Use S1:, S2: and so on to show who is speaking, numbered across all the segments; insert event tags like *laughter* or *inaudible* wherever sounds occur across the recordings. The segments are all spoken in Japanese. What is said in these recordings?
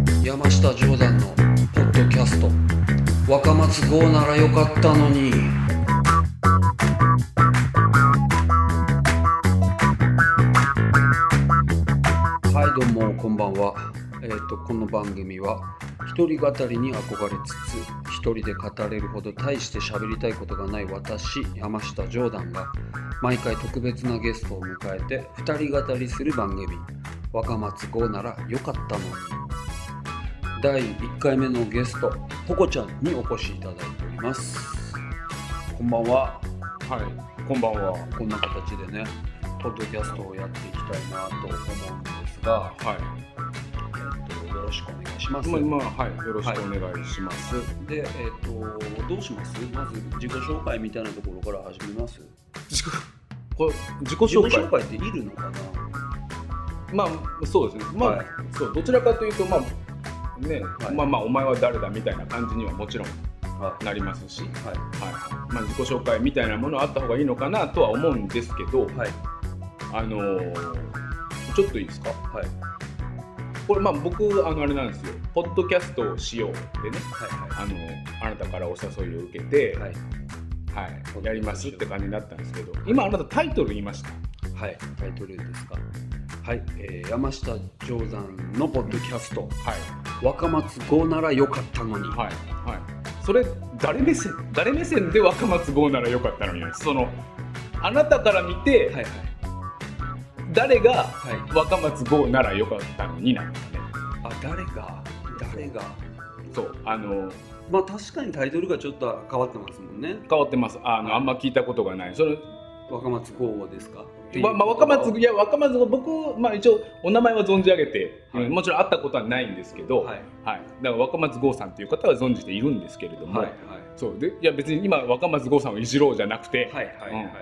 S1: 田定山のポッドキャスト若松号ならよかったのにはいどうもこんばんはえっ、とこの番組は一人語りに憧れつつ一人で語れるほど大して喋りたいことがない私山下ジョーダンが毎回特別なゲストを迎えて二人語りする番組若松号ならよかったのに第1回目のゲストポコちゃんにお越しいただいておりますこんばんは
S2: はい、こんばんは。
S1: こんな形でねポッドキャストをやっていきたいなと思うんですが、
S2: はい、
S1: えっとよろしくお願いします
S2: 今、今、はい、よろしくお願いします。
S1: で、えっとどうしますまず自己紹介みたいなところから始めます
S2: 自己これ自己
S1: 自己
S2: 紹介
S1: 紹介っているのかな
S2: まあ、そうですね。まあ、
S1: はい
S2: そう、どちらかというと、まあ。ね、
S1: はい
S2: まあまあお前は誰だみたいな感じにはもちろん
S1: は
S2: なりますし、はい
S1: い
S2: まあ、自己紹介みたいなものあった方がいいのかなとは思うんですけど、
S1: はい
S2: あのーちょっといいですか
S1: はいはい
S2: これまあ僕あのあれなんですよポッドキャストをしようってね
S1: は
S2: あのあなたからお誘いを受けて、
S1: いはい
S2: はい、やりますって感じになったんですけど、今あなたタイトル言いました。
S1: はいタイトルですかはい、えー山下定山のポッドキャスト
S2: はい、
S1: 若松号ならよかったのに、
S2: はい、はい。それ誰目線？誰目線で若松剛ならよかったのに、そのあなたから見て、
S1: はいはい
S2: 誰が
S1: はい
S2: 若松剛ならよかったのになんですね。
S1: あ誰が誰が
S2: そう、あの
S1: まあ確かにタイトルがちょっと変わってますもんね
S2: 変わってます。あの、
S1: はい
S2: あんま聞いたことがない。それ、
S1: 若松号ですか
S2: ままあ若松
S1: は
S2: いや若松剛僕まあ一応お名前は存じ上げて、
S1: はい
S2: もちろん会ったことはないんですけど、
S1: いは
S2: はい。
S1: い
S2: だから若松剛さんという方は存じているんですけれども。
S1: はい
S2: そうでいや別に今若松剛さんをいじろうじゃなくて、
S1: はいはいはい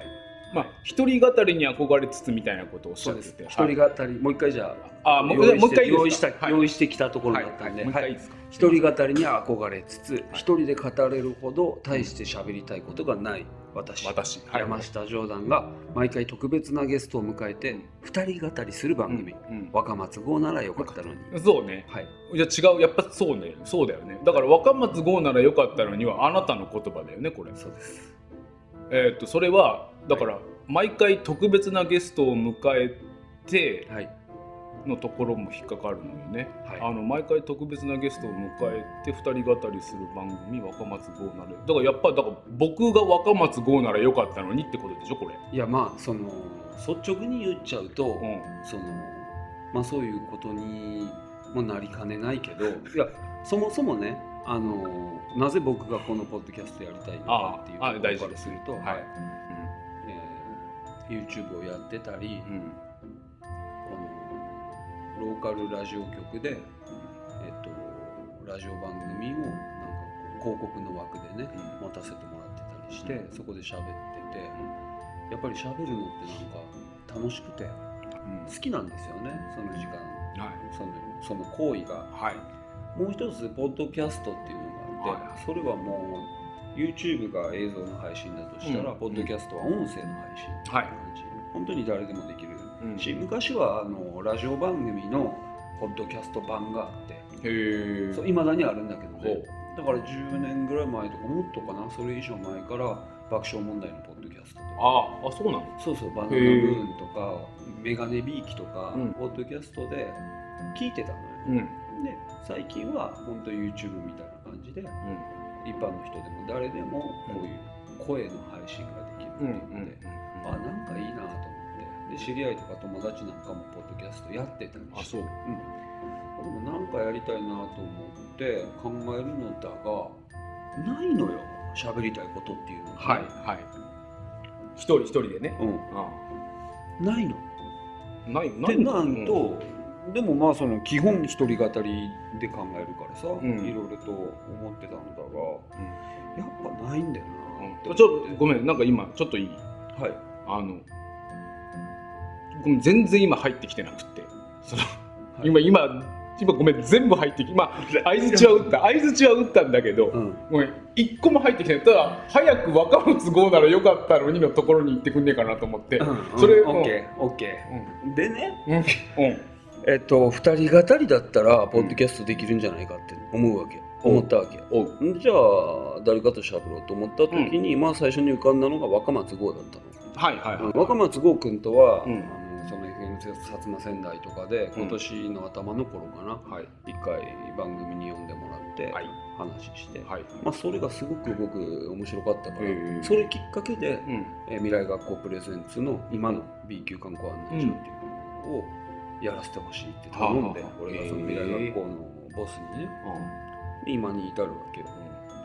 S2: まあ一人語りに憧れつつみたいなことをおっし
S1: そ
S2: ゃ
S1: う
S2: っ
S1: で
S2: て
S1: す
S2: て、
S1: 一人語りもう一回じゃあ
S2: あもう
S1: 用意して
S2: もう一回いいですか
S1: 用意した
S2: はい
S1: 用意してきたところ
S2: は
S1: だ
S2: い、
S1: っ
S2: はい
S1: た
S2: はい
S1: んで
S2: もう一
S1: は
S2: 回い
S1: い
S2: いですか、
S1: 一人語りに憧れつつ一人で語れるほど大して喋りたいことがない私
S2: 私、はい、
S1: 山下ジョーダンが毎回特別なゲストを迎えて二人語りする番組、
S2: うん
S1: 若松号ならよかったのに
S2: うんそうね
S1: はい
S2: いや違うやっぱそうねそうだよねだから若松剛ならよかったのにはあなたの言葉だよねこれ
S1: そうです
S2: えーっとそれはだから毎回特別なゲストを迎えて
S1: はい
S2: のところも引っかかるのよね、
S1: はい
S2: あの毎回特別なゲストを迎えて二人語りする番組「若松剛なら」だからやっぱだから僕が若松剛ならよかったのにってことでしょこれ、
S1: いやまあその率直に言っちゃうと、
S2: うん、
S1: そのまあそういうことにもなりかねないけどいやそもそもねあのなぜ僕がこのポッドキャストやりたいのかっていうと
S2: ああ
S1: ころ
S2: 大
S1: か
S2: 事
S1: ら
S2: ですす
S1: ると、
S2: はい、
S1: えー YouTube をやってたり、
S2: うんうん
S1: このローカルラジオ局で、えっと、ラジオ番組をなんかこう広告の枠でね持たせてもらってたりして、そこで喋ってて、やっぱり喋るのってなんか楽しくて
S2: うん
S1: 好きなんですよねその時間。
S2: はい
S1: そのその行為が
S2: はい
S1: もう一つポッドキャストっていうのがあって、
S2: はい
S1: それはもう YouTube が映像の配信だとしたら、
S2: うん
S1: ポッドキャストは音声の配信って
S2: はい
S1: 感じ、本当に誰でもできる
S2: うん
S1: し、昔はあのラジオ番組のポッドキャスト版があって
S2: へえ
S1: いまだにあるんだけど
S2: ほ
S1: ね
S2: う
S1: だから10年ぐらい前とかもっとかなそれ以上前から爆笑問題のポッドキャストとか
S2: ああそうなの
S1: そうそうバナナムーンとかメガネビーキとか、
S2: うん
S1: ポッドキャストで聞いてたのよ、
S2: うんうん
S1: で最近は本当 YouTube みたいな感じで一般の人でも誰でもこういう声の配信ができるって
S2: うんう
S1: い
S2: ん
S1: うので、あなんかいいなと思ってで知り合いとか友達なんかもポッドキャストやってたりして
S2: あそう
S1: うん、でもなんかやりたいなと思って考えるのだがないのよ喋りたいことっていうのが、
S2: はいはい一人一人でね
S1: う
S2: あ
S1: ん、ないの。
S2: あない
S1: っ
S2: な
S1: て
S2: い
S1: なん
S2: うん
S1: と、でもまあその基本一人語りで考えるからさ、
S2: ん
S1: いろいろと思ってたのだが、やっぱないんだよなって思っ
S2: うん
S1: て、
S2: ちょっとごめんなんか今ちょっといい
S1: はい
S2: あのごめん全然今入ってきてなくってその、
S1: い
S2: 今今今ごめん全部入ってきま *laughs* あ相づちは打った相づちは打ったんだけど、
S1: うん
S2: ごめん一個も入ってきてないただ早く若松剛ならよかったのにのところに行ってくんねえかなと思って、
S1: うん
S2: それ
S1: うん
S2: もう
S1: OKOK でね
S2: うんうん
S1: えっと二人語りだったらポッドキャストできるんじゃないかって思うわけ、
S2: うん
S1: 思ったわけ
S2: おう
S1: じゃあ誰かと喋ろうと思った時に、まあ最初に浮かんだのが若松剛だったの
S2: はいはいはい、
S1: 若松剛君とは、
S2: うん
S1: あのその FM 薩摩仙台とかで
S2: うん
S1: 今年の頭の頃かな、
S2: はい
S1: 一回番組に呼んでもらって
S2: はい
S1: 話して、
S2: はい
S1: まあ、それがすごく僕面白かったから、
S2: へえ
S1: それきっかけで、
S2: うん
S1: えー未来学校プレゼンツの今の B 級観光案内所っていうのをやらせてほしいって頼んで、
S2: はあはあ
S1: 俺がその未来学校のボスにね、で今に至るわけよ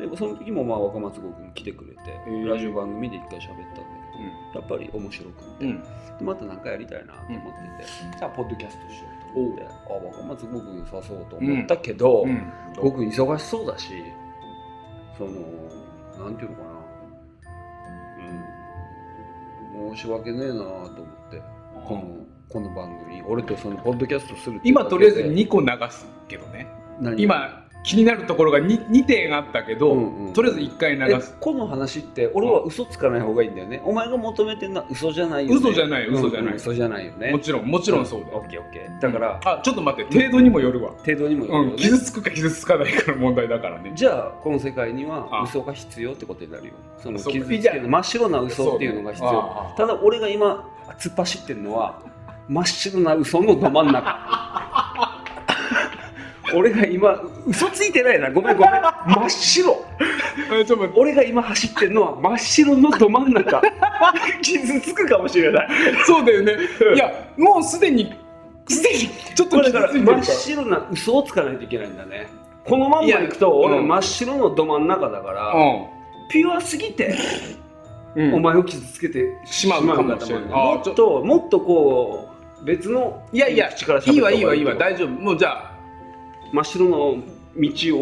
S1: でその時もまあ若松剛君来てくれて、
S2: え
S1: ラジオ番組で一回喋ったんだけどやっぱり面白くて、
S2: うんうん
S1: でまた何かやりたいなと思ってて、じゃあポッドキャストしようと思ってあ若松剛君誘おうと思ったけど、
S2: うん
S1: ごく忙しそうだしそのなんていうのかな、うん、申し訳ねえなと思ってこのこの番組俺とそのポッドキャストするっていう
S2: 今とりあえず
S1: だけで
S2: 2個流すけどね
S1: 何
S2: 今気になるところが 2, 2点あったけど、
S1: うんうん
S2: とりあえず1回流す
S1: えこの話って俺は嘘つかない方がいいんだよね、お前が求めてるのは嘘じゃないよね
S2: 嘘じゃない
S1: うん
S2: 嘘じゃない
S1: うん嘘じゃないよね
S2: もちろんもちろんそうだ
S1: オ
S2: よ
S1: ッケーオッケーだから、
S2: あちょっと待って程度にもよるわ、
S1: 程度にもよるよね
S2: うん、傷つくか傷つかないかの問題だからね
S1: じゃあこの世界には
S2: あ
S1: 嘘が必要ってことになるよその
S2: そう
S1: 傷つける真っ白な嘘っていうのが必要
S2: ああ
S1: ただ俺が今突っ走ってるのは真っ白な嘘のど真ん中 *laughs* 俺が今嘘ついてないなごめんごめん真っ白
S2: えちょっと待って
S1: 俺が今走ってるのは真っ白のど真ん中傷つくかもしれない
S2: そうだ
S1: *laughs*
S2: よねいやもうすでにすでにちょっと
S1: こ
S2: 傷
S1: れだか
S2: つい
S1: ら
S2: てる
S1: 真
S2: から
S1: っ白な嘘をつかないといけないんだねこのまんまいくと
S2: いや
S1: 俺
S2: うん
S1: 真っ白のど真ん中だから、ピュアすぎて、
S2: うん、うん
S1: お前を傷つけて
S2: しまうかもしれないあ
S1: もっともっとこう別の
S2: いやいや
S1: 口から喋
S2: いい
S1: った方
S2: わ
S1: が
S2: いいわいいわ
S1: と思う
S2: 大丈夫もうじゃあ
S1: 真っ白の道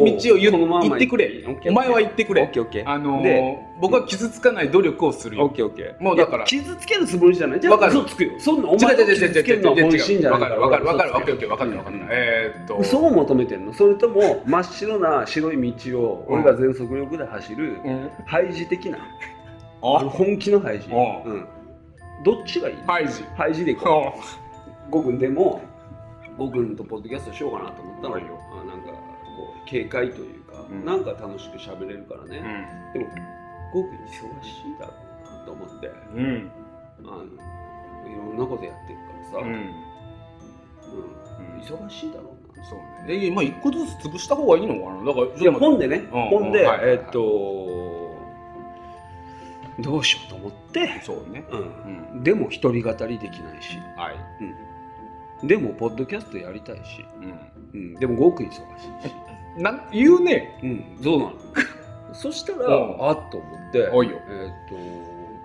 S1: を
S2: 道を言
S1: このまま
S2: 言ってくれお前は言ってく
S1: オッ
S2: れ
S1: ケーオッケー
S2: あの
S1: で
S2: ー、僕は傷つかない努力をする
S1: オ
S2: よ
S1: ッケーオッケー
S2: もうだから
S1: いや傷つけるつもりじゃないじゃ
S2: わか
S1: あ
S2: る
S1: 嘘つくよそんなお
S2: 違
S1: 前
S2: う違
S1: を
S2: う違う
S1: 傷つけ
S2: 違
S1: るのは
S2: う違う
S1: 本
S2: 違
S1: 心
S2: う
S1: じゃな
S2: わ
S1: い
S2: かるわかるわかるわかるわかるわかる
S1: わ
S2: わかるえーっと
S1: 嘘を求めてんのそれとも真っ白な白い道を
S2: うん
S1: 俺が全速力で走る
S2: うん
S1: ハイジ的なあの
S2: あ
S1: 本気のハイジ
S2: う
S1: うんどっちがいい
S2: ハイジ
S1: ハイジでいこう五軍でも五軍とポッドキャストしようかなと思ったのよ、あなんかこう警戒というか、
S2: うん
S1: なんか楽しく喋れるから
S2: う
S1: ね、
S2: ん
S1: でも五軍忙しいだろうなと思って
S2: うん
S1: あのいろんなことやってるからさ、
S2: う
S1: うん
S2: ん
S1: 忙しいだろうな
S2: そうねえまあ一個ずつ潰した方がいいのかなだから
S1: いや本でね、
S2: うんうん
S1: 本で、
S2: はいはいはい
S1: えっとどうしようと思って、
S2: そうね
S1: う
S2: うん
S1: ん、でも独り語りできないし、
S2: はい
S1: うん、でもポッドキャストやりたいし、
S2: うん
S1: うん、でも五軍忙しいし。
S2: なん言うね
S1: うん、そうなの。 *laughs* そしたら、
S2: うん
S1: あっと思って、え
S2: おいよ
S1: ーっ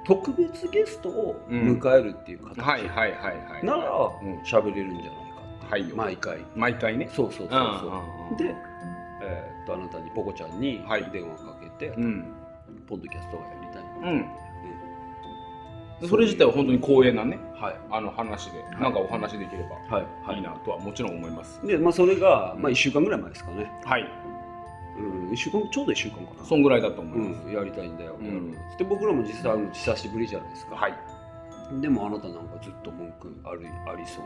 S1: と特別ゲストを迎えるっていう形、
S2: はいはいはいはい
S1: なら
S2: うん
S1: 喋れるんじゃないかって、
S2: はいよ
S1: 毎回。
S2: 毎回ね
S1: そうそうそうそう。
S2: ん
S1: で、えーっとあなたにポコちゃんに
S2: はい
S1: 電話かけて、
S2: うん
S1: ポッドキャストがやりたい。
S2: うんそれ自体は本当に光栄なね
S1: はい
S2: あの話でなんかお話できれ
S1: はい
S2: ば
S1: はい
S2: い
S1: い。
S2: なとはもちろん思います
S1: でまあ、それが、
S2: うん
S1: まあ、1週間ぐらい前ですかね、
S2: はい
S1: うん、1週間ちょうど1週間かな
S2: そんぐらいだと思いうます
S1: ん、やりたいんだよ、
S2: うん
S1: やろうよで僕らも実際あの久しぶりじゃないですか、
S2: はい
S1: でもあなたなんかずっと文句あるありそう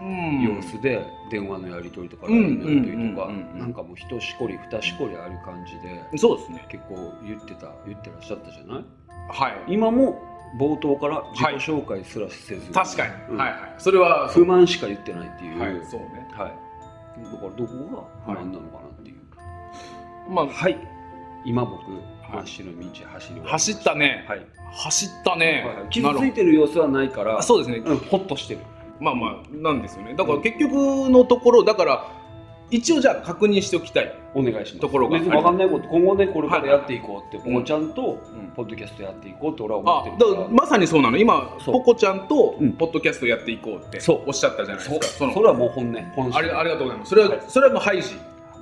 S1: な
S2: うん
S1: 様子で電話のやり取りとか
S2: う
S1: LINE
S2: ん
S1: のやり取りとか
S2: うんうんうん
S1: なんかもう一しこり二しこりある感じで
S2: そうですね
S1: 結構言ってた言ってらっしゃったじゃない
S2: はい
S1: 今も冒頭から自己紹介すらせず、
S2: 確かに、
S1: うん
S2: はいはいそれは
S1: 不満しか言ってないっていう、
S2: は
S1: はい
S2: いそうね
S1: だからどこが不満なのかなっていう
S2: まあ
S1: はい、今僕真っ白い道走り終わりま
S2: 走ったね、
S1: はい
S2: 走ったね、
S1: はい傷つ
S2: ないる
S1: てる様子はないか
S2: ほ
S1: ら
S2: どそうですね、
S1: うん、ホッとしてる
S2: まあまあなんですよねだから結局のところだから一応じゃあ確認しておきたい、
S1: お願いします
S2: ところが
S1: 別に分かんないこと今後ねこれから
S2: はい
S1: やっていこうって
S2: うん
S1: ポコちゃんと
S2: うん
S1: ポッドキャストやっていこうって俺は思
S2: あ
S1: ってる
S2: だ
S1: か
S2: から
S1: ら
S2: まさにそうなの今
S1: そう
S2: ポコちゃんと
S1: うん
S2: ポッドキャストやっていこうって
S1: そう
S2: おっしゃったじゃないで
S1: そ
S2: すか
S1: そ
S2: の
S1: れはもう本音本心
S2: ありありがとうございますそれは、
S1: はい
S2: それはもうハイジ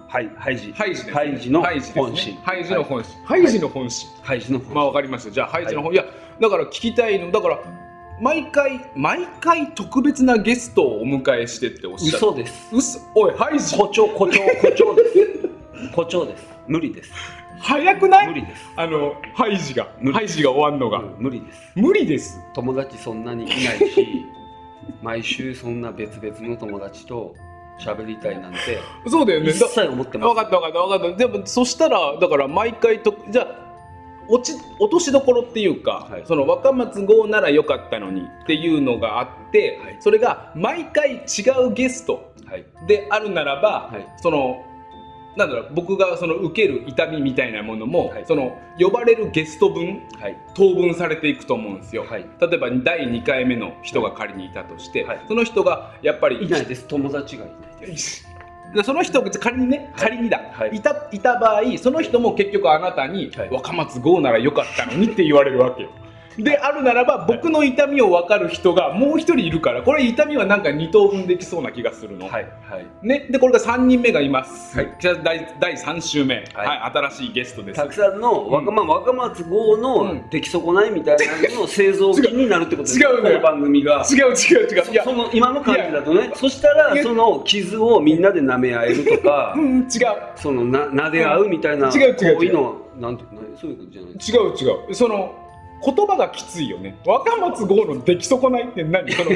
S1: はいハイジ
S2: ハイジですね
S1: ハイジの
S2: ハイジですね
S1: 本心
S2: ハイジの本心、
S1: はい
S2: ハイジの本心、
S1: ハイジの本
S2: まあ
S1: 心
S2: わかりましたじゃあハイジの本、い、やだから聞きたいのだから毎回毎回特別なゲストをお迎えしてっておっしゃる
S1: 嘘です
S2: 嘘おいハイジ
S1: 誇張誇張誇張です
S2: *laughs*
S1: 誇張です無理です
S2: 早くない
S1: 無理です
S2: あのハイジが
S1: 無理
S2: ハイジが終わんのが、
S1: うん無理です
S2: 無理です *laughs*
S1: 友達そんなにいないし毎週そんな別々の友達と喋りたいなんて
S2: そうだよね
S1: 一
S2: だ
S1: 切思ってま
S2: 分
S1: せ
S2: か
S1: ん
S2: った分かった分かったでもそしたらだから毎回とじゃあ落ち落としどころっていうか、
S1: はい
S2: その若松号なら良かったのにっていうのがあって、
S1: はい
S2: それが毎回違うゲスト
S1: はい
S2: であるならば、
S1: はい
S2: そのなんだろう僕がその受ける痛みみたいなものも、
S1: はい
S2: その呼ばれるゲスト分
S1: はい
S2: 当分されていくと思うんですよ、
S1: はい
S2: 例えば第2回目の人が仮にいたとして、
S1: はい
S2: その人がやっぱり
S1: いないです友達がいないです
S2: でその人が仮にね仮にだ、
S1: はい
S2: い、たいた場合その人も結局あなたに「
S1: はい
S2: 若松剛ならよかったのに」って言われるわけよ。であるならば僕の痛みを分かる人がもう一人いるからこれ痛みはなんか2等分できそうな気がするの。
S1: はいはい
S2: ね、でこれが3人目がいます、
S1: はい
S2: じゃあ第第3週目、
S1: はい
S2: はい新しいゲストです
S1: たくさんの若,、まあ若松号の出来損ないみたいなのの製造機になるってことです
S2: 違う違うの
S1: こ
S2: よ
S1: の番組が
S2: 違う違う違うい
S1: そ
S2: や
S1: その今の感じだとねそした
S2: い
S1: ら
S2: や
S1: その傷をみんなで舐め合えるとか
S2: うんうん違う
S1: そのな撫で合うみたいな
S2: 違う違う違う
S1: 行為のなんてなそういうことじゃないです
S2: 違う違うその言葉がきついよね若松剛の出来損ないっ
S1: *laughs*
S2: て何その
S1: か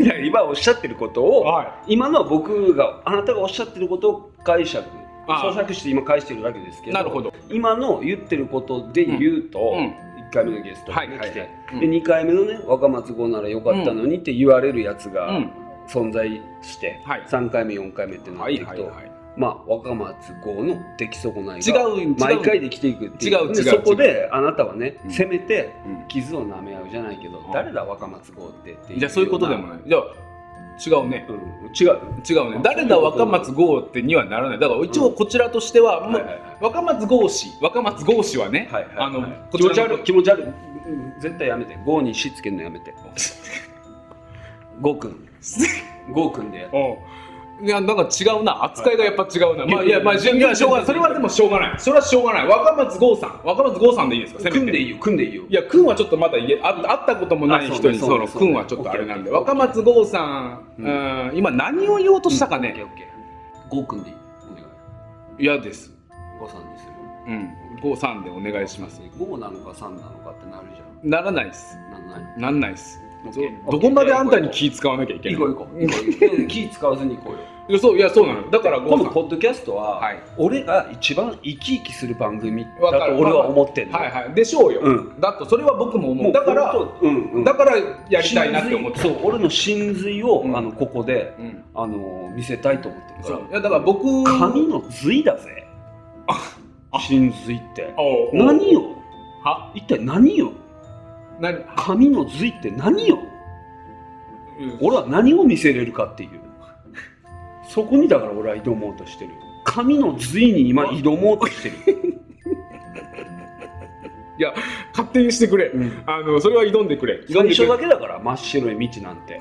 S1: いや今おっしゃってることを
S2: はい
S1: 今のは僕があなたがおっしゃってることを解釈
S2: ああ
S1: 咀嚼して今返してるだけですけど
S2: なるほど。
S1: 今の言ってることで言うと、
S2: うんうん
S1: 1回目のゲストがね、
S2: はいはいはい
S1: 来て、
S2: うん
S1: で2回目のね若松号ならよかったのにって言われるやつ
S2: う
S1: が
S2: ん。
S1: 存在して、
S2: はい
S1: 3回目4回目ってなっ
S2: は
S1: てい
S2: い
S1: くと、
S2: はいはい。
S1: まあ若松号の出来損ない
S2: 違
S1: が
S2: う違う。
S1: 毎回できていくっていう
S2: 違う違う
S1: で
S2: 違う
S1: そこであなたはね、
S2: うん
S1: せめて
S2: うん。
S1: 傷を舐め合うじゃないけど、
S2: うん
S1: 誰だ若松号ってっていう
S2: じゃあそういうことでも
S1: よ
S2: ない。じゃあ違うね。
S1: うな、うん、違う
S2: 違うね
S1: あ。
S2: 誰だ若松剛ってにはならない。だから一応こちらとしては
S1: は
S2: も
S1: いはいうはい
S2: 若松剛氏、若松剛氏はね
S1: はいはい、
S2: あの
S1: はい
S2: こ
S1: 気持
S2: ち
S1: ち
S2: らの
S1: 悪い気持ち悪いうん絶対やめてゴーにしつけるのやめてゴーく
S2: *laughs*
S1: んゴーくんでやって
S2: うんいやなんか違うな扱いがやっぱ違うな、
S1: はい
S2: い、まあいやまあしょいやしょうがないそれはでもしょうがないそれはしょうがない若松剛さん若松剛さんでいいですかせめて
S1: 組んでいいよ組んでいいよ
S2: いや、くんはちょっとまだ言えあ会ったこともない
S1: あそうね
S2: 人に、
S1: そう
S2: そ
S1: ね
S2: の
S1: そう
S2: く
S1: ね
S2: んはちょっとあれなんで、
S1: オッケ
S2: 若
S1: ー
S2: 松剛さん、
S1: う
S2: うんん、今何を言おうとしたかね、
S1: ゴーくんでいいお願い
S2: 嫌、です。
S1: ゴーさんにする
S2: うん、剛さんでお願いします。
S1: ゴーなのかさんなのかってなるじゃ
S2: ならないです。
S1: んなんない
S2: なんないです。
S1: オッ
S2: そ
S1: ケ
S2: う
S1: ー
S2: どこまであんたに
S1: 行
S2: 気使わなきゃいけない
S1: こう行こう行こう行こう気使わずに行こうよ
S2: いやそういやそうなのだから
S1: 今
S2: 剛
S1: 度
S2: さん
S1: ポッドキャストは、
S2: はい
S1: 俺が一番生き生きする番組だと
S2: わかる
S1: 俺は思ってんの、
S2: はいはいでしょうよ、
S1: う
S2: だとそれは僕も思うだから
S1: ほんとうんうん
S2: だからやりたいなって思って
S1: 真髄そう俺の真髄を、
S2: うん
S1: あのここで
S2: うん、
S1: あの見せたいと思ってるか
S2: そ
S1: ら
S2: ういやだから僕
S1: 神の髄だぜ
S2: あ
S1: 真髄って
S2: おう
S1: 何よ
S2: は
S1: 一体何よ
S2: 何
S1: 神の髄って何よ俺は何を見せれるかっていうそこにだから俺は挑もうとしてる神の髄に今挑もうとしてる、
S2: 勝手にしてくれ
S1: うん
S2: あのそれは挑んでくれ挑ん
S1: 最初
S2: でくれ
S1: だけだから真っ白い道なん
S2: *laughs*
S1: て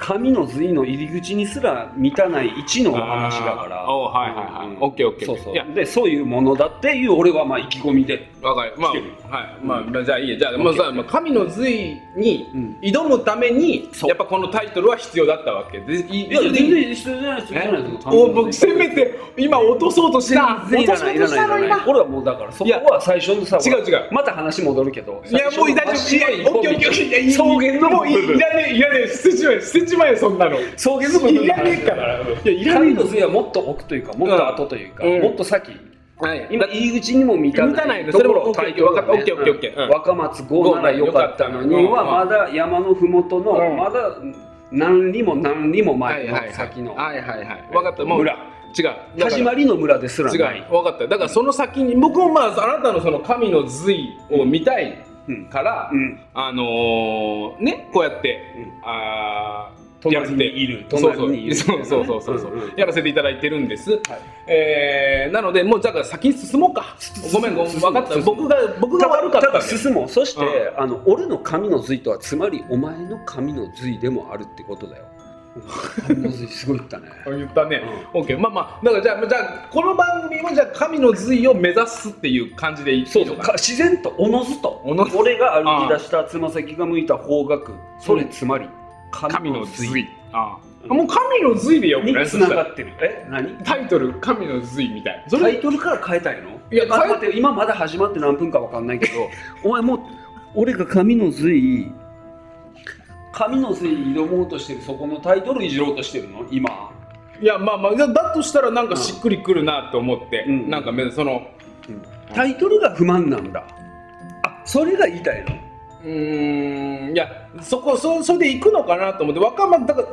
S1: 神の髄の入り口にすら満たない一のお話だから
S2: あーおーはいはいはい
S1: うん
S2: オッケーオッケー
S1: そうそう
S2: いや
S1: でそういうものだっていう俺はまあ意気込みで、
S2: わかるまあ
S1: 来てる
S2: はいまあ、まあじゃあいいやじゃあ,、まあ、さまあ神の髄に
S1: うん
S2: 挑むために
S1: そう
S2: やっぱこのタイトルは必要だったわけでい
S1: いや全
S2: い
S1: 然必要じゃないですよ必要じゃないですよ
S2: お僕せめて今落とそうとした
S1: 全然い
S2: 落と
S1: ら
S2: そ
S1: な
S2: う
S1: いい
S2: と
S1: ら
S2: し
S1: ない
S2: た
S1: いら
S2: の
S1: ない
S2: 今
S1: 俺はもうだからそこは最初のさ
S2: 違う違う
S1: また話戻るけど
S2: いやもういい大丈夫いやいやオッケーオッケーオッケーいやいい
S1: 草原の
S2: もうい
S1: 部分
S2: いいらねえいらねえ捨てちまえ捨てちまえそんなの
S1: 草原の部分
S2: いらねえからいやいらね
S1: 神
S2: え
S1: の髄はもっと奥というかもっと後というか、
S2: うん
S1: もっと先
S2: はい
S1: 今入り口にも満たない
S2: 満たないの
S1: ところを
S2: それも
S1: 対局だね
S2: オッケーオッケーオッケーオッケー
S1: う
S2: うん
S1: ん若松剛ならよかったの
S2: う
S1: に
S2: ん
S1: はまだ山のふもとの、
S2: うん
S1: まだ何里も何里も
S2: は
S1: 前
S2: い
S1: の
S2: はい
S1: 先の
S2: はいはいはい分かったもう
S1: 村
S2: 違うだから
S1: 始まりの村ですら
S2: 違
S1: ないう
S2: 分かっただからその先に僕もまああなたのその神の髄を見たい
S1: うん
S2: から、
S1: うん
S2: あのーねこうやって、
S1: う
S2: あーや
S1: 隣
S2: らせ
S1: に
S2: て
S1: いる隣にいる
S2: そうそうそうそうそう、
S1: うんうん
S2: やらせていただいてるんです、えーなのでもうだから先に進もうかごめんごめん
S1: 進もう
S2: 分かった
S1: 進もう
S2: 僕が僕が悪かった
S1: だから
S2: ね
S1: 進もうそして、あの俺の神の髄とはつまりお前の神の髄でもあるってことだよ神の髄すごい言った
S2: *laughs*
S1: ね
S2: あ言ったね、オッケーまあまあだからじゃあじゃあこの番組もじゃあ神の髄を目指すっていう感じでいい
S1: そうそ
S2: の
S1: う
S2: か
S1: か自然とおのずと
S2: おのず
S1: 俺が歩き出したつま先が向いた方角それつまり
S2: 神の髄あ
S1: うん
S2: あもう神の髄でよく
S1: に
S2: ない
S1: つな
S2: そしたら
S1: がってるえ何
S2: タイトル「神の髄」みたいなそ
S1: タイ
S2: れ
S1: トルから変えたいの
S2: いや
S1: 待って *laughs* 待っ
S2: 変え
S1: て今まだ始まって何分かわかんないけどお前もう俺が神の髄神のせいに挑もうとしてるそこのタイトルいじろうとしてるの今、
S2: いやまあまあだだとしたらなんかしっくりくるなと思って、
S1: うん
S2: なんかめその
S1: タイトルが不満なんだあそれが言いたいの
S2: うーんいやそこそそれで行くのかなと思って若松だから、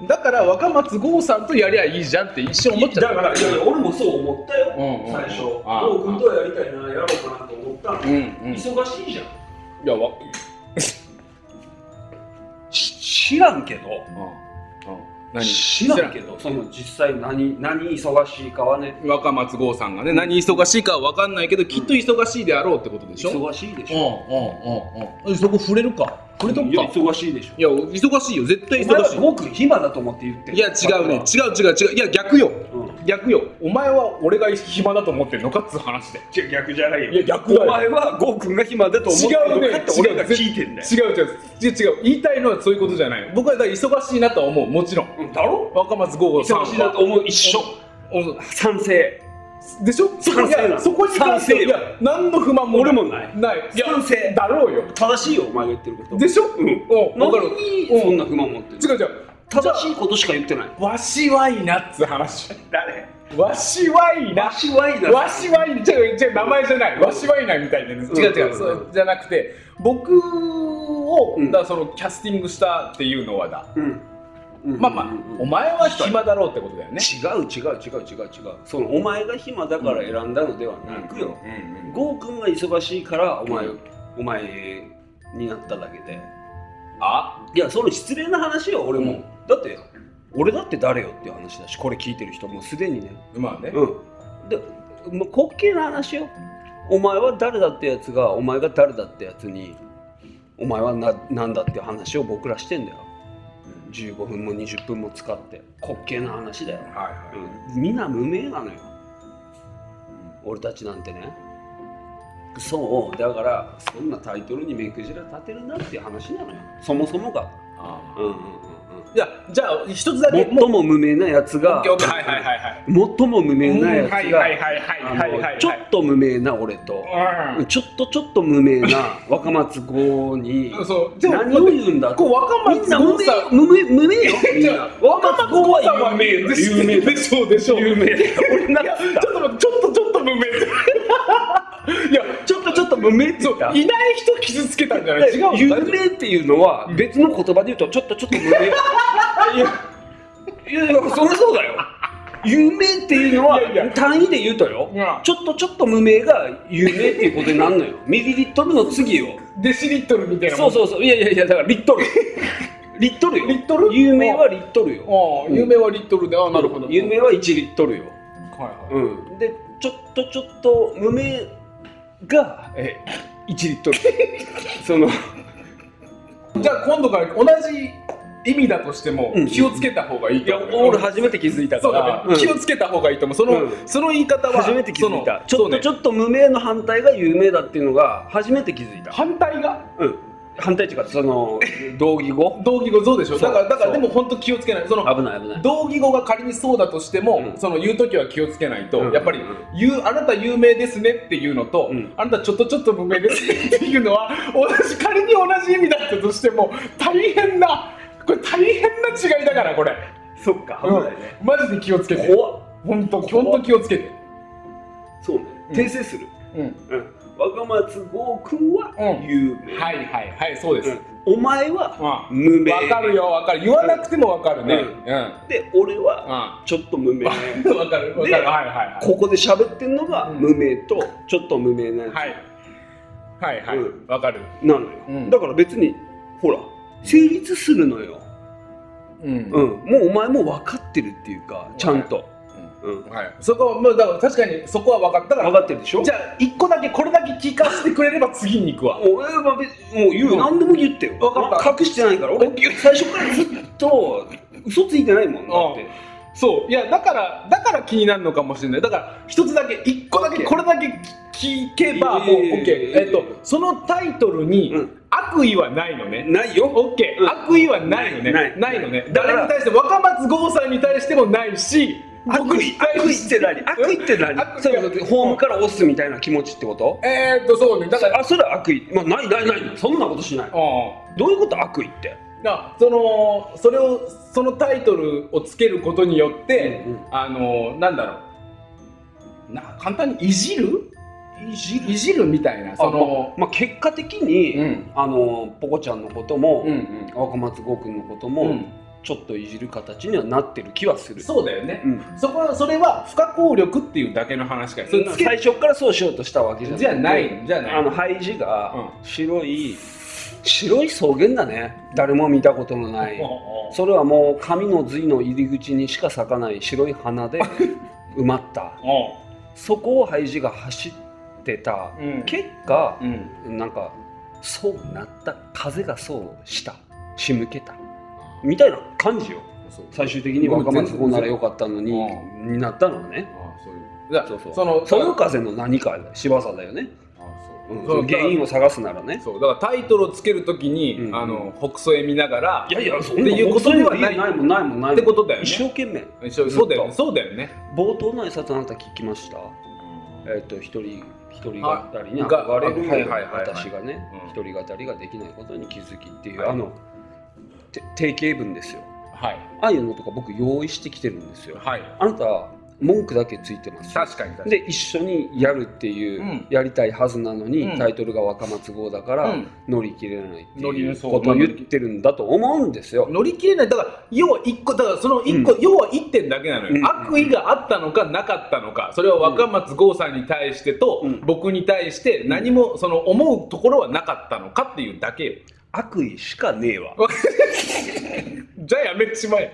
S2: うん、だから若松剛さんとやりゃいいじゃんって一瞬思っちゃった
S1: だからいやいや俺もそう思ったよ、
S2: うんうんうん
S1: 最初
S2: あ
S1: どう君とはやりたいなやろうかなと思ったの、
S2: うんうんい
S1: 忙しいじゃん
S2: やわ
S1: し知らんけど
S2: うんうん何
S1: 知らんけどその実際何何忙しいかはね
S2: 若松剛さんがね何忙しいかは分かんないけどきっと忙しいであろうってことでしょ、
S1: 忙しいでしょ
S2: うんうんうんうんそこ触れるか触れとく
S1: いや
S2: か
S1: 忙しいでしょ
S2: いや忙しいよ絶対
S1: お前
S2: 忙
S1: は
S2: しい
S1: ごく暇だと思って言ってる
S2: いや違うね違う違う違ういや逆よ
S1: うん
S2: 逆よお前は俺が暇だと思ってるのかっつう話で
S1: 違う逆じゃないよ
S2: いや逆だよ
S1: お前はゴー君が暇だと思ってるのかって
S2: 違うね
S1: 俺が聞いてんだよ、
S2: 違う違う違う違う言いたいのはそういうことじゃない僕はだから忙しいなとは思うもちろん
S1: うんだろ
S2: 若松剛吾さんは
S1: 忙しいなと思う一緒
S2: お
S1: 賛成
S2: でしょそこ
S1: 賛
S2: い
S1: 成なの
S2: やそこに関して
S1: 賛成
S2: いや何の不満も
S1: 俺もない
S2: ないいや
S1: 賛成
S2: だろうよ
S1: 正しいよお前が言ってること
S2: でしょ
S1: うん
S2: うんわかる
S1: 何にそんな不満持ってる
S2: 違う違う
S1: 正しいことしか言ってない
S2: わしはいいなっつう話
S1: 誰
S2: わしはいいな
S1: わしはいな
S2: わしはいい違う違う名前じゃないわしはいないみたいなね
S1: うん
S2: 違う違う、
S1: うん
S2: そうじゃなくて僕を、
S1: うん
S2: だからそのキャスティングしたっていうのはだ、
S1: うんうん
S2: まあまあ、
S1: うんうんうん
S2: お前は暇だろうってことだよね
S1: 違う違う違う違う違うそのお前が暇だから選んだのではなくよ、
S2: うん
S1: ゴー君が忙しいからお前、
S2: うん
S1: お前になっただけで
S2: あ
S1: いやその失礼な話よ俺も、
S2: うん
S1: だって俺だって誰よっていう話だしこれ聞いてる人もうすでにね
S2: まあね、
S1: うんでもう滑稽な話よお前は誰だってやつがお前が誰だってやつにお前はな何だって話を僕らしてんだよ15分も20分も使って滑稽な話だよ
S2: はいはい、
S1: うん、みんな無名なのよ俺たちなんてねそうだからそんなタイトルに目くじら立てるなっていう話なのよそもそもが、
S2: あ
S1: うんうんうん
S2: ーじゃあじゃあ一つだけ
S1: うん、最も無名なやつが
S2: オッケーオッケーはいはいはいはい
S1: 最も無名なやつ
S2: はい
S1: が
S2: はいはいはい
S1: あ
S2: はいはい
S1: のちょっと無名な俺と、ちょっとちょっと無名
S2: *laughs*
S1: な若松剛に
S2: うんそうじゃあ
S1: 何を言うんだ
S2: こう若
S1: みん
S2: 松
S1: な無
S2: 剛さん
S1: 名無名無名よみん
S2: じ
S1: な
S2: ゃあ
S1: 若松剛
S2: さん
S1: は有名有名
S2: でしょうでしょう
S1: 有名俺なんか
S2: ちょっと待ってちょっとちょっと無名いや
S1: ちょっとちょっと無名って
S2: そ
S1: 言
S2: う
S1: った
S2: いない人傷つけたんじゃない違うの
S1: 有名っていうのは別の言葉で言うとちょっとちょっと
S2: *laughs*
S1: 無名いやいやそりゃそうだよ有名っていうのはい
S2: やいや
S1: 単位で言うとよ
S2: うん
S1: ちょっとちょっと無名が有名っていうことになる
S2: *laughs*
S1: のよミリリットルの次よ
S2: デシリットルみたいな
S1: そう
S2: う
S1: そうそういやいやいやだからリット *laughs* ルリットルよ
S2: リットル
S1: 有名はリットルよ
S2: ああ有名はリットルでああなるほど
S1: 有名は1リットルよ、
S2: はいはい
S1: うん、でちょっとちょっと無名がえ1リットルその
S2: じゃあ今度から同じ意味だとしても
S1: うん
S2: 気をつけた方がいい
S1: いや
S2: と思う
S1: 俺初めて気づいたか
S2: そう
S1: ら
S2: だね、気をつけた方がいいと思うその、
S1: うん
S2: その言い方は
S1: 初めて気づいたち
S2: そ
S1: ょ
S2: の
S1: っとち
S2: そうね
S1: ょっと無名の反対が有名だっていうのが初めて気づいた、
S2: 反対が
S1: うん、反対っていうかその同義語
S2: 同義語そうでしょ
S1: そう
S2: だからだから
S1: そ
S2: で
S1: う
S2: も本当気をつけないその
S1: 危ない危ない
S2: 同義語が仮にそうだとしても、
S1: うん
S2: その言う時は気をつけないと、
S1: うん
S2: やっぱり
S1: うん
S2: 言う「あなた有名ですね」っていうのと、
S1: うん
S2: あなたちょっとちょっと無名ですね」っていうのは同じ仮に同じ意味だったとしても大変なこれ大変な違いだからこれ、
S1: そっか
S2: うんマジで気をつけて
S1: 怖っ
S2: 本当本当気をつけて
S1: そうね
S2: うん
S1: 訂正する、
S2: うん
S1: うん、若松剛君は
S2: うん
S1: 有名、
S2: はいはいはいそうです、
S1: うんお前は
S2: う
S1: 無名
S2: わかるよわかる言わなくてもわかるね
S1: う
S2: うんん、
S1: で俺
S2: *laughs*
S1: は
S2: あ
S1: ちょっと無名
S2: あわかるわかるはいはいはい
S1: ここで喋ってんのが無名とちょっと無名なやつ、
S2: はいはいはい
S1: うん
S2: わかる
S1: なのよ、
S2: うん
S1: だから別にほら成立するのよ、
S2: うん
S1: うん、もうお前も分かってるっていうかちゃんと、うん、
S2: はいそこはもうだから確かにそこは分かったから
S1: 分かってるでしょ
S2: じゃあ一個だけこれだけ聞かせてくれれば次に行くわ
S1: おえまあ別もう言う、
S2: うん
S1: 何でも言ってよ
S2: わかった
S1: 隠してないから俺最初からずっと嘘ついてないもんだって
S2: そういやだからだから気になるのかもしれないだから一つだけ一個だけ
S1: OK
S2: これだけ聞けば
S1: い
S2: もう
S1: いいいいい
S2: OK えっとそのタイトルに
S1: うん
S2: 悪意はないのね
S1: ないよ
S2: OK、
S1: うん
S2: 悪意はないのね
S1: な
S2: ないいのね
S1: だから
S2: 誰に対して若松剛さんに対してもないし
S1: 悪意悪意って何悪意って何
S2: 悪意
S1: そういうことホームから押すみたいな気持ちってこと
S2: えー、っとそうねだから
S1: あそれは悪意まあないないないそんなことしない
S2: あ
S1: どういうこと悪意って
S2: あそのそれをそのタイトルをつけることによって、
S1: うんうん
S2: あのなんだろうな簡単にいじる
S1: いじ
S2: いじるみたいなそ
S1: そ
S2: の
S1: の、まあ、結果的に、
S2: うん
S1: あのポコちゃんのことも、
S2: うんうん
S1: 若松剛君のこと
S2: う
S1: も、
S2: ん
S1: ちょっといじる形にはなってる気はする
S2: そうだよね
S1: う、ん
S2: そこはそれは不可抗力っていうだけの話かよそれつけ
S1: 最初からそうしようとしたわけじゃ
S2: じゃないじゃない
S1: あのハイジが
S2: う
S1: 白い、白い草原だね誰も見たことのないそれはもう神の髄の入り口にしか咲かない白い花で埋まったそこをハイジが走ってた
S2: うんうん
S1: 結果
S2: う、ん
S1: なんかそうなった風がそうした仕向けたみたいな感じよ
S2: そう
S1: 最終的に若松こうならよかったのに
S2: う
S1: になったのはね
S2: あそういうだ
S1: そうそう
S2: その
S1: そよ風の何か柴さだよね、
S2: あそう
S1: うん、
S2: そ
S1: そうの原因を探すならね
S2: そうだからタイトルをつけるときに、
S1: うん
S2: あの北総絵見ながら
S1: いやいやそ
S2: っていうことではない
S1: ないもんないもんないもん
S2: ってことだよね
S1: 一生懸命
S2: 一緒そうだよね
S1: ずっ
S2: そうだよね、
S1: 冒頭の挨拶あなた聞きましたえっ、と一人一人語りに
S2: あが
S1: 憧れる、
S2: はいはいはいはい
S1: 私がね、
S2: うん
S1: 一人語りができないことに気づきっていう、
S2: はい
S1: あのて定型文ですよ
S2: はい
S1: ああいうのとか僕用意してきてるんですよ
S2: はい
S1: あなた文句だけついてます
S2: 確かに確かに
S1: で一緒にやるっていう、
S2: うん
S1: やりたいはずなのに、
S2: うん
S1: タイトルが若松号だから、
S2: うん
S1: 乗り切れないって
S2: 乗り
S1: い
S2: ね
S1: う
S2: そう
S1: ことを言ってるんだと思うんですよ。
S2: 乗り切れないだから要は一個だからその一個、要は一点だけなのよ、
S1: うん
S2: 悪意があったのかなかったのかそれは若松剛さんに対してと、
S1: うん
S2: 僕に対して何もその思うところはなかったのかっていうだけよ
S1: 悪意しかねえわ。
S2: じゃあやめちまえ